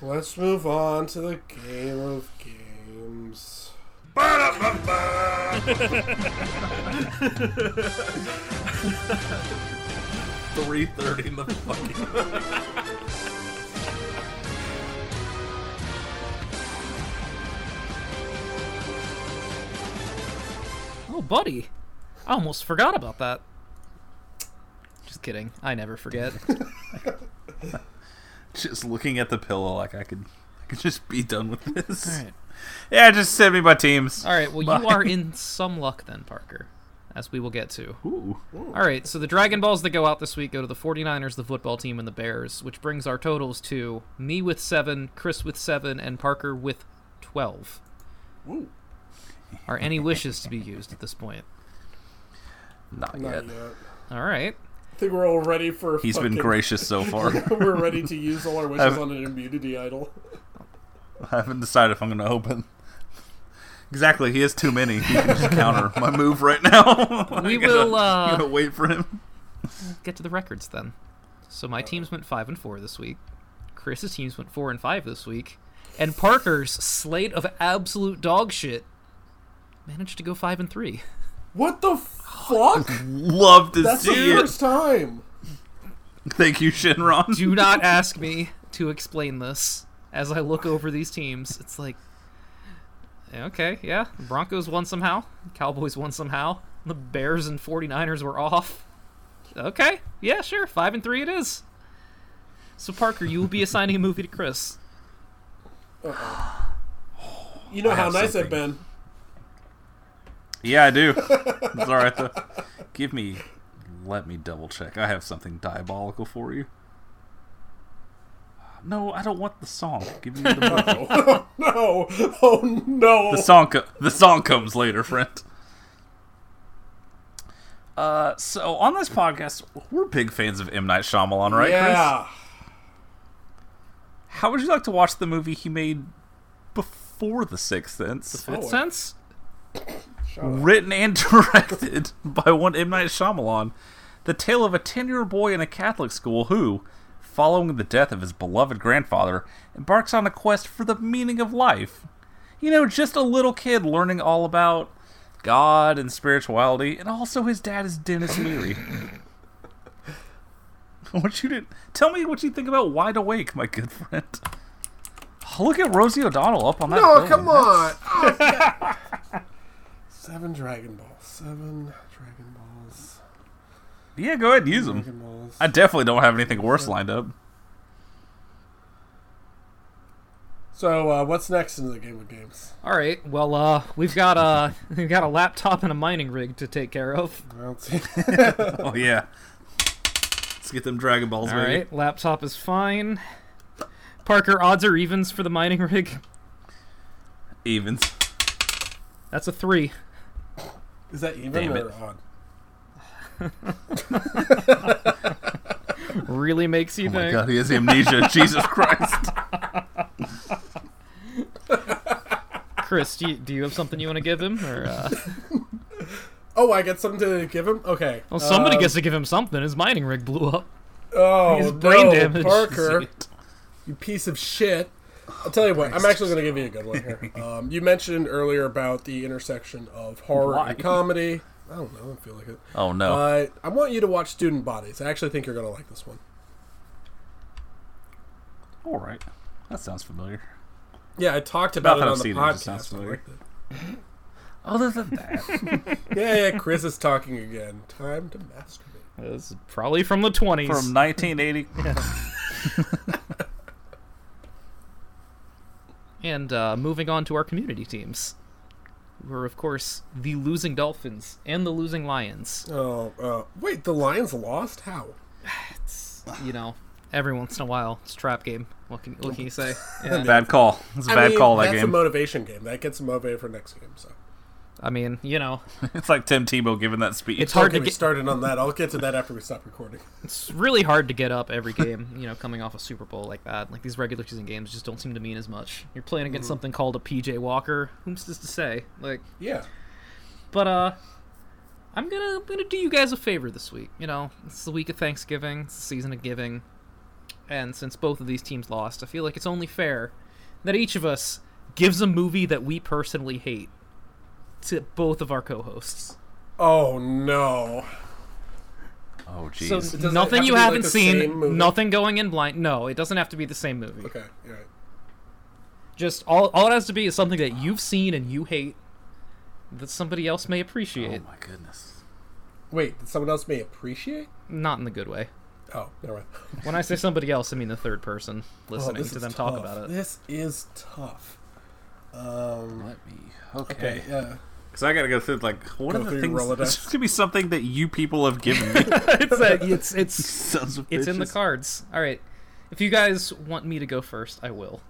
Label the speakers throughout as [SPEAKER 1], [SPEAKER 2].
[SPEAKER 1] Let's move on to the game of games.
[SPEAKER 2] Three thirty in the fucking.
[SPEAKER 3] Oh, buddy. I almost forgot about that. Just kidding. I never forget.
[SPEAKER 2] Just looking at the pillow, like I could, I could just be done with this.
[SPEAKER 3] All right.
[SPEAKER 2] Yeah, just send me my teams.
[SPEAKER 3] All right. Well,
[SPEAKER 2] Bye.
[SPEAKER 3] you are in some luck then, Parker, as we will get to.
[SPEAKER 2] Ooh.
[SPEAKER 3] All right. So the Dragon Balls that go out this week go to the 49ers, the football team, and the Bears, which brings our totals to me with seven, Chris with seven, and Parker with 12.
[SPEAKER 1] Ooh.
[SPEAKER 3] Are any wishes to be used at this point?
[SPEAKER 2] Not,
[SPEAKER 1] Not
[SPEAKER 2] yet.
[SPEAKER 1] yet.
[SPEAKER 3] All right.
[SPEAKER 1] I think we're all ready for.
[SPEAKER 2] He's
[SPEAKER 1] fucking-
[SPEAKER 2] been gracious so far.
[SPEAKER 1] we're ready to use all our wishes
[SPEAKER 2] I've-
[SPEAKER 1] on an immunity idol.
[SPEAKER 2] I haven't decided if I'm going to open. Exactly, he has too many. He can just counter my move right now.
[SPEAKER 3] We
[SPEAKER 2] I'm gonna-
[SPEAKER 3] will, uh,
[SPEAKER 2] I'm gonna wait for him.
[SPEAKER 3] get to the records then. So my teams went five and four this week. Chris's teams went four and five this week, and Parker's slate of absolute dog shit managed to go five and three.
[SPEAKER 1] What the fuck?
[SPEAKER 2] Love to
[SPEAKER 1] That's the
[SPEAKER 2] see it.
[SPEAKER 1] first time.
[SPEAKER 2] Thank you, Shinron.
[SPEAKER 3] Do not ask me to explain this. As I look over these teams, it's like, okay, yeah, Broncos won somehow, Cowboys won somehow, the Bears and 49ers were off. Okay, yeah, sure, five and three it is. So Parker, you will be assigning a movie to Chris.
[SPEAKER 1] You know how
[SPEAKER 2] have
[SPEAKER 1] nice I've
[SPEAKER 2] something.
[SPEAKER 1] been.
[SPEAKER 2] Yeah, I do. It's all right though. Give me, let me double check. I have something diabolical for you. No, I don't want the song. Give me the movie.
[SPEAKER 1] Oh, no. Oh no.
[SPEAKER 2] the song. Co- the song comes later, friend. Uh, so on this podcast, we're big fans of M Night Shyamalan, right? Chris?
[SPEAKER 1] yeah.
[SPEAKER 2] How would you like to watch the movie he made before The Sixth Sense?
[SPEAKER 3] Fifth
[SPEAKER 1] Oh.
[SPEAKER 3] sense?
[SPEAKER 2] written and directed by one M. Night Shyamalan, the tale of a 10 year old boy in a Catholic school who, following the death of his beloved grandfather, embarks on a quest for the meaning of life. You know, just a little kid learning all about God and spirituality, and also his dad is Dennis Leary. what you did? Tell me what you think about Wide Awake, my good friend. Look at Rosie O'Donnell up on that.
[SPEAKER 1] Oh,
[SPEAKER 2] building.
[SPEAKER 1] come
[SPEAKER 2] That's-
[SPEAKER 1] on. Oh, yeah. Seven Dragon Balls. Seven Dragon Balls.
[SPEAKER 2] Yeah, go ahead and use them.
[SPEAKER 1] Dragon Balls.
[SPEAKER 2] I definitely don't have anything worse lined up.
[SPEAKER 1] So, uh, what's next in the game of games?
[SPEAKER 3] All right. Well, uh, we've got a we've got a laptop and a mining rig to take care of.
[SPEAKER 1] I don't see.
[SPEAKER 2] Oh yeah. Let's get them Dragon Balls,
[SPEAKER 3] All
[SPEAKER 2] baby.
[SPEAKER 3] right. Laptop is fine. Parker, odds or evens for the mining rig?
[SPEAKER 2] Evens. Oh,
[SPEAKER 3] That's a three.
[SPEAKER 1] Is that even
[SPEAKER 2] Damn
[SPEAKER 1] or
[SPEAKER 2] it.
[SPEAKER 1] odd?
[SPEAKER 3] Really makes you
[SPEAKER 2] Oh my
[SPEAKER 3] think.
[SPEAKER 2] god, he has amnesia. Jesus Christ.
[SPEAKER 3] Chris, do you, do you have something you want to give him? Or uh...
[SPEAKER 1] Oh, I got something to give him. Okay.
[SPEAKER 3] well, somebody
[SPEAKER 1] Um,
[SPEAKER 3] gets to give him something. His mining rig blew up.
[SPEAKER 1] Oh,
[SPEAKER 3] His brain
[SPEAKER 1] no,
[SPEAKER 3] damage.
[SPEAKER 1] Parker, you piece of shit. I'll tell you what. I'm actually going to give you a good one here. Um, you mentioned earlier about the intersection of horror
[SPEAKER 2] Why?
[SPEAKER 1] and comedy. I don't know. I don't feel like it.
[SPEAKER 2] Oh no.
[SPEAKER 1] Uh, I want you to watch Student Bodies. I actually think you're going to like this one.
[SPEAKER 2] All right. That sounds familiar.
[SPEAKER 1] Yeah, I talked about
[SPEAKER 2] Not that
[SPEAKER 1] it
[SPEAKER 2] I've
[SPEAKER 1] on the
[SPEAKER 2] seen it, it
[SPEAKER 1] podcast.
[SPEAKER 2] just sounds
[SPEAKER 1] I
[SPEAKER 2] familiar.
[SPEAKER 1] liked it. Oh,
[SPEAKER 2] Other than that,
[SPEAKER 1] Yeah, yeah, Chris is talking again. Time to masturbate.
[SPEAKER 3] This is probably from the twenties.
[SPEAKER 2] from 1980.
[SPEAKER 3] And uh, moving on to our community teams, we're of course the losing Dolphins and the losing Lions.
[SPEAKER 1] Oh, uh, wait, the Lions lost? How?
[SPEAKER 3] you know, every once in a while, it's a trap game. What can, what can you say? uh, Yeah.
[SPEAKER 2] Bad call. It's a
[SPEAKER 1] I
[SPEAKER 2] bad
[SPEAKER 1] mean,
[SPEAKER 2] call that
[SPEAKER 1] that's a
[SPEAKER 2] game.
[SPEAKER 1] motivation game. That gets them motivated for next game. So
[SPEAKER 3] I mean, you know,
[SPEAKER 2] it's like Tim Tebow giving that speech.
[SPEAKER 3] It's hard-
[SPEAKER 1] okay,
[SPEAKER 3] to
[SPEAKER 1] we
[SPEAKER 3] get-
[SPEAKER 1] started on that. I'll get to that after we stop recording.
[SPEAKER 3] it's really hard to get up every game, you know, coming off a Super Bowl like that. Like, these regular season games just don't seem to mean as much. You're playing against something called a PJ Walker. Whom's this to say? Like,
[SPEAKER 1] Yeah.
[SPEAKER 3] But uh I'm gonna I'm gonna do you guys a favor this week. You know, it's the week of Thanksgiving, it's the season of giving. and since both of these teams lost, I feel like it's only fair that each of us gives a movie that we personally hate to both of our co-hosts.
[SPEAKER 1] Oh no.
[SPEAKER 2] Oh
[SPEAKER 3] So
[SPEAKER 2] jeez.
[SPEAKER 1] doesn't
[SPEAKER 3] nothing
[SPEAKER 1] have
[SPEAKER 3] you
[SPEAKER 1] to be, like,
[SPEAKER 3] haven't
[SPEAKER 1] the same movie?
[SPEAKER 3] seen, nothing going in blind. No, it doesn't have to be the same movie.
[SPEAKER 1] Okay. All right.
[SPEAKER 3] Just all all it has to be is something that you've seen and you hate that somebody else may
[SPEAKER 2] oh
[SPEAKER 3] appreciate,
[SPEAKER 2] my goodness.
[SPEAKER 1] Wait. That someone else may appreciate.
[SPEAKER 3] not in the good way.
[SPEAKER 1] Oh, never mind.
[SPEAKER 3] When I say somebody else, I mean the third person
[SPEAKER 1] Oh,
[SPEAKER 3] listening
[SPEAKER 1] this
[SPEAKER 3] to
[SPEAKER 1] is
[SPEAKER 3] them
[SPEAKER 1] tough.
[SPEAKER 3] talk about it.
[SPEAKER 1] This is tough. Um.
[SPEAKER 2] Let me.
[SPEAKER 1] Okay.
[SPEAKER 2] Okay.
[SPEAKER 1] Yeah.
[SPEAKER 2] Because I gotta go through like what
[SPEAKER 1] Go
[SPEAKER 2] are the
[SPEAKER 1] through
[SPEAKER 2] things?
[SPEAKER 1] your Rolodex.
[SPEAKER 2] It's just gonna be something that you people have given me.
[SPEAKER 3] it's, a, it's it's
[SPEAKER 2] Sons of
[SPEAKER 3] it's in the
[SPEAKER 2] bitches.
[SPEAKER 3] cards. All right. If you guys want me to go first, I will.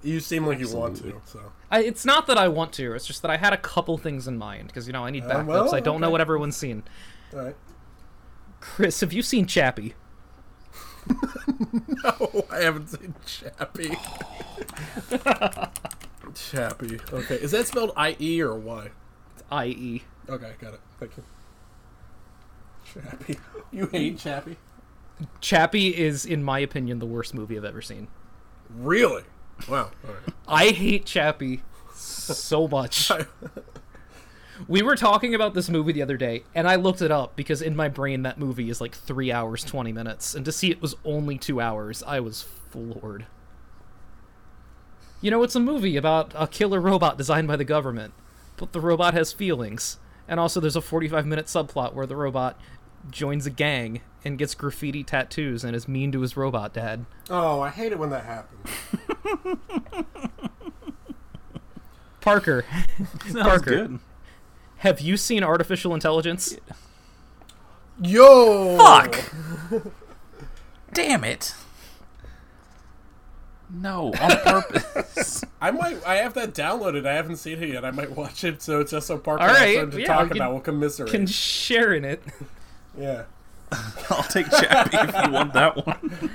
[SPEAKER 1] You seem like you
[SPEAKER 2] Absolutely.
[SPEAKER 1] want to. So.
[SPEAKER 3] I, it's not that I want to. It's just that I had a couple things in mind because you know I need backups.
[SPEAKER 1] Uh, well,
[SPEAKER 3] I don't know
[SPEAKER 1] okay.
[SPEAKER 3] what everyone's seen.
[SPEAKER 1] All right.
[SPEAKER 3] Chris, have you seen Chappie?
[SPEAKER 1] Oh, I haven't seen Chappie. Chappie. Okay. Is that spelled I E or Y?
[SPEAKER 3] I.E.
[SPEAKER 1] Okay, got it. Thank you. Chappie. You hate Chappie?
[SPEAKER 3] Chappie is, in my opinion, the worst movie I've ever seen.
[SPEAKER 1] Really? Wow. All right.
[SPEAKER 3] I hate Chappie so much. we were talking about this movie the other day, and I looked it up because in my brain that movie is like three hours twenty minutes, and to see it was only two hours, I was floored. You know, it's a movie about a killer robot designed by the government, but the robot has feelings, and also there's a forty-five minute subplot where the robot joins a gang and gets graffiti tattoos and is mean to his robot dad.
[SPEAKER 1] Oh, I hate it when that happens.
[SPEAKER 3] Parker,
[SPEAKER 2] Sounds
[SPEAKER 3] Parker.
[SPEAKER 2] good.
[SPEAKER 3] have you seen artificial intelligence?
[SPEAKER 1] Yo!
[SPEAKER 2] Fuck! Damn it. No, on purpose.
[SPEAKER 1] I might. I have that downloaded. I haven't seen it yet. I might watch it. So it's just so Parker
[SPEAKER 3] All
[SPEAKER 1] has
[SPEAKER 3] right,
[SPEAKER 1] something to
[SPEAKER 3] yeah,
[SPEAKER 1] talk
[SPEAKER 3] we
[SPEAKER 1] about.
[SPEAKER 3] can-
[SPEAKER 1] We'll commiserate.
[SPEAKER 3] can share in it.
[SPEAKER 1] yeah.
[SPEAKER 2] I'll take Chappie if you want that one.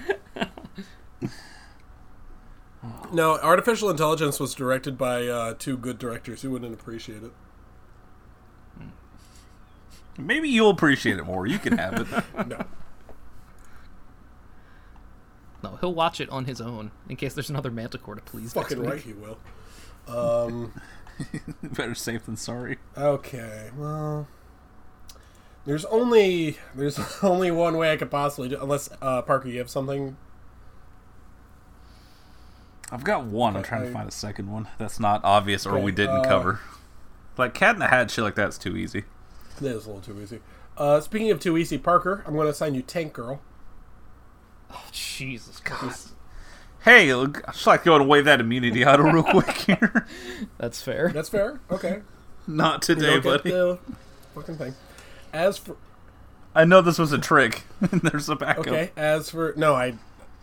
[SPEAKER 1] No, artificial intelligence was directed by uh, two good directors who wouldn't appreciate it.
[SPEAKER 2] Maybe you'll appreciate it more. You can have it.
[SPEAKER 1] No.
[SPEAKER 3] No, he'll watch it on his own in case there's another Manticore to please. next
[SPEAKER 1] Fucking
[SPEAKER 3] week.
[SPEAKER 1] right, he will. Um.
[SPEAKER 2] Better safe than sorry.
[SPEAKER 1] Okay, well, there's only there's only one way I could possibly do, unless uh, Parker, you have something.
[SPEAKER 2] I've got one. I'm trying
[SPEAKER 1] I-
[SPEAKER 2] to find a second one that's not obvious or
[SPEAKER 1] Okay,
[SPEAKER 2] we didn't
[SPEAKER 1] uh,
[SPEAKER 2] cover. Like Cat in the Hat, shit like that's too easy.
[SPEAKER 1] That is a little too easy. Uh, speaking of too easy, Parker, I'm going to assign you Tank Girl.
[SPEAKER 3] Oh, Jesus Christ.
[SPEAKER 2] Hey, look, I just like to go and wave that immunity out real quick here.
[SPEAKER 3] That's fair.
[SPEAKER 1] That's fair. Okay.
[SPEAKER 2] Not
[SPEAKER 1] You
[SPEAKER 2] today,
[SPEAKER 1] don't get
[SPEAKER 2] buddy.
[SPEAKER 1] the fucking thing. As for
[SPEAKER 2] I know this was a trick. There's a backup.
[SPEAKER 1] okay, as for no, I,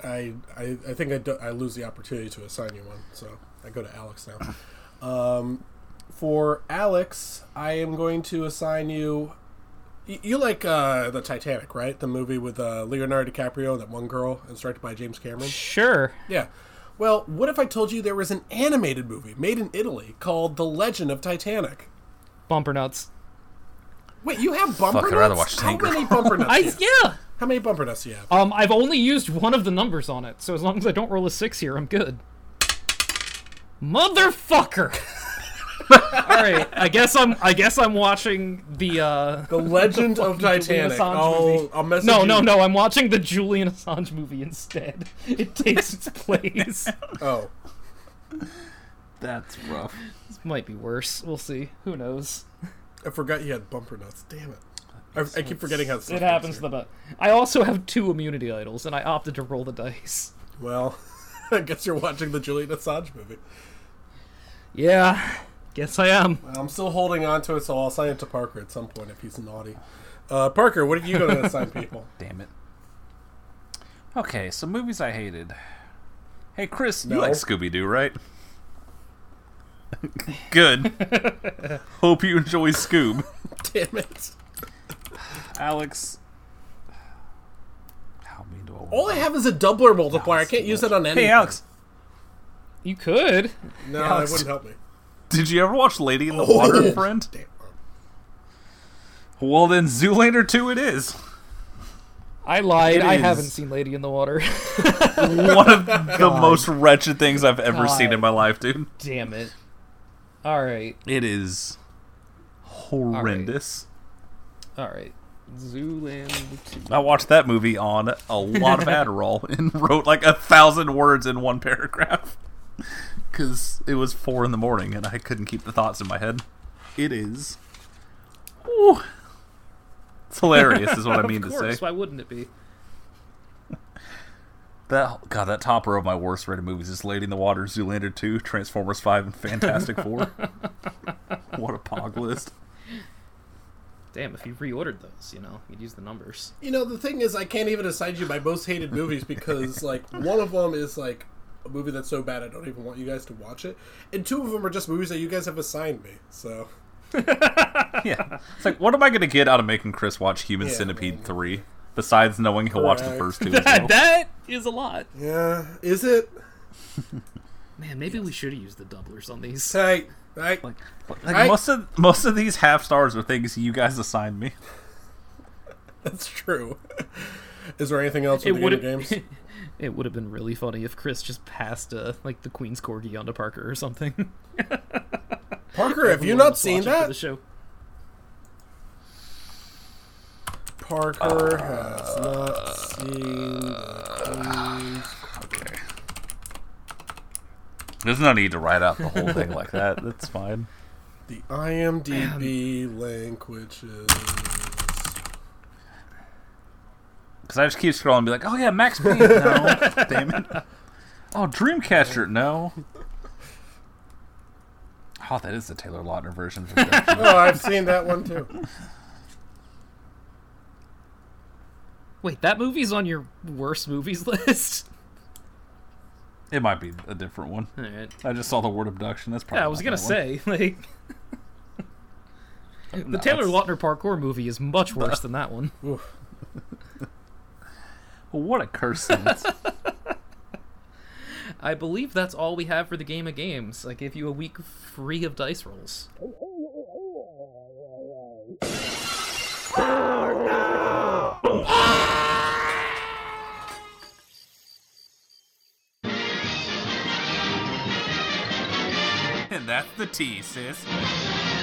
[SPEAKER 1] I, I, I think I, do, I lose the opportunity to assign you one, so I go to Alex now. Um, for Alex, I am going to assign you. You, you like uh, the Titanic, right? The movie with uh, Leonardo DiCaprio, that one girl, and directed by James Cameron.
[SPEAKER 3] Sure.
[SPEAKER 1] Yeah. Well, what if I told you there was an animated movie made in Italy called The Legend of Titanic?
[SPEAKER 3] Bumper nuts.
[SPEAKER 1] Wait, you have bumper nuts?
[SPEAKER 2] Fuck, I'd rather watch
[SPEAKER 1] How
[SPEAKER 2] Tank Girl.
[SPEAKER 1] many bumper nuts?
[SPEAKER 3] I
[SPEAKER 1] do you have?
[SPEAKER 3] yeah.
[SPEAKER 1] How many bumper nuts do you have?
[SPEAKER 3] Um, I've only used one of the numbers on it, so as long as I don't roll a six here, I'm good. Motherfucker. All right. I guess I'm. I guess I'm watching the. uh...
[SPEAKER 1] The Legend of
[SPEAKER 3] fucking
[SPEAKER 1] Titanic. Oh,
[SPEAKER 3] Julian Assange
[SPEAKER 1] I'll,
[SPEAKER 3] movie.
[SPEAKER 1] I'll message
[SPEAKER 3] No,
[SPEAKER 1] you.
[SPEAKER 3] no, no! I'm watching the Julian Assange movie instead. It takes its place.
[SPEAKER 1] Oh,
[SPEAKER 2] That's rough.
[SPEAKER 3] Might be worse. We'll see. Who knows?
[SPEAKER 1] I forgot you had bumper nuts. Damn it. I, I keep forgetting how
[SPEAKER 3] It happens to the best. I also have two immunity idols, and I opted to roll the dice.
[SPEAKER 1] Well, I guess you're watching the Julian Assange movie.
[SPEAKER 3] Yeah, guess I am.
[SPEAKER 1] I'm still holding on to it, so I'll assign it to Parker at some point if he's naughty. Uh, Parker, what are you going to assign people?
[SPEAKER 2] Damn it. Okay, so movies I hated. Hey, Chris,
[SPEAKER 1] No.
[SPEAKER 2] you like Scooby Doo, right? Good. Hope you enjoy Scoob.
[SPEAKER 1] Damn it.
[SPEAKER 2] Alex. How mean do I want
[SPEAKER 1] All I have is a doubler multiplier. I can't use it on any.
[SPEAKER 2] Hey, Alex,
[SPEAKER 3] You could.
[SPEAKER 1] No,
[SPEAKER 2] Alex.
[SPEAKER 1] that wouldn't help me.
[SPEAKER 2] did you ever watch Lady in the Water, friend?
[SPEAKER 1] Damn.
[SPEAKER 2] Well, then Zoolander 2 it is.
[SPEAKER 3] I lied.
[SPEAKER 2] It
[SPEAKER 3] I
[SPEAKER 2] is-
[SPEAKER 3] haven't seen Lady in the Water.
[SPEAKER 2] One of the most wretched things I've ever seen in
[SPEAKER 3] God.
[SPEAKER 2] my life, dude.
[SPEAKER 3] Damn it. All right.
[SPEAKER 2] It is horrendous.
[SPEAKER 3] All right. Zooland 2.
[SPEAKER 2] I watched that movie on a lot of Adderall and wrote like a thousand words in one paragraph because it was four in the morning and I couldn't keep the thoughts in my head. It is. Ooh. It's hilarious, is what I mean
[SPEAKER 3] of
[SPEAKER 2] to
[SPEAKER 3] course.
[SPEAKER 2] say.
[SPEAKER 3] Why wouldn't it be?
[SPEAKER 2] That God, that top row of my worst rated movies is Lady in the Water, Zoolander 2, Transformers 5, and Fantastic Four. what a pog list.
[SPEAKER 3] Damn, if you reordered those, you know, you'd use the numbers.
[SPEAKER 1] You know, the thing is, I can't even assign you my most hated movies because, like, one of them is, like, a movie that's so bad I don't even want you guys to watch it. And two of them are just movies that you guys have assigned me, so.
[SPEAKER 2] Yeah. It's like, what am I going to get out of making Chris watch Human
[SPEAKER 1] Yeah,
[SPEAKER 2] Centipede
[SPEAKER 1] man.
[SPEAKER 2] 3 besides knowing he'll watch the
[SPEAKER 1] Correct.
[SPEAKER 2] first two? as well?
[SPEAKER 3] That, that is a lot.
[SPEAKER 1] Yeah. Is it?
[SPEAKER 3] Man, maybe we should have used the doublers on these.
[SPEAKER 1] Tight. Right?
[SPEAKER 2] Like,
[SPEAKER 1] I-
[SPEAKER 2] most of most of these half stars are things you guys assigned me.
[SPEAKER 1] That's true. Is there anything else
[SPEAKER 3] It
[SPEAKER 1] with the
[SPEAKER 3] would
[SPEAKER 1] video games?
[SPEAKER 3] have it would have been really funny if Chris just passed uh, like the Queen's corgi onto Parker or something.
[SPEAKER 1] Parker, have you
[SPEAKER 3] Everyone
[SPEAKER 1] not
[SPEAKER 3] was
[SPEAKER 1] seen
[SPEAKER 3] watching for The
[SPEAKER 1] that?
[SPEAKER 3] show.
[SPEAKER 1] Parker has not seen the games.
[SPEAKER 2] There's no need to write out the whole thing like that. That's fine.
[SPEAKER 1] The IMDb link, which is.
[SPEAKER 2] Because I just keep scrolling and be like, oh yeah, Max Payne. No, damn it. Oh, Dreamcatcher. No. Oh, that is the Taylor Lautner version. Of Redemption.
[SPEAKER 1] Oh, I've seen that one too.
[SPEAKER 3] Wait, that movie's on your worst movies list.
[SPEAKER 2] it might be a different one.
[SPEAKER 3] All right.
[SPEAKER 2] I just saw the word abduction. That's probably.
[SPEAKER 3] Yeah, I was
[SPEAKER 2] not
[SPEAKER 3] gonna
[SPEAKER 2] that one.
[SPEAKER 3] say like the
[SPEAKER 2] No,
[SPEAKER 3] Taylor
[SPEAKER 2] that's-
[SPEAKER 3] Lautner parkour movie is much worse than that one.
[SPEAKER 1] Oof.
[SPEAKER 2] What a curse sentence.
[SPEAKER 3] I believe that's all we have for the game of games. I gave you a week free of dice rolls.
[SPEAKER 2] and that's the T, sis.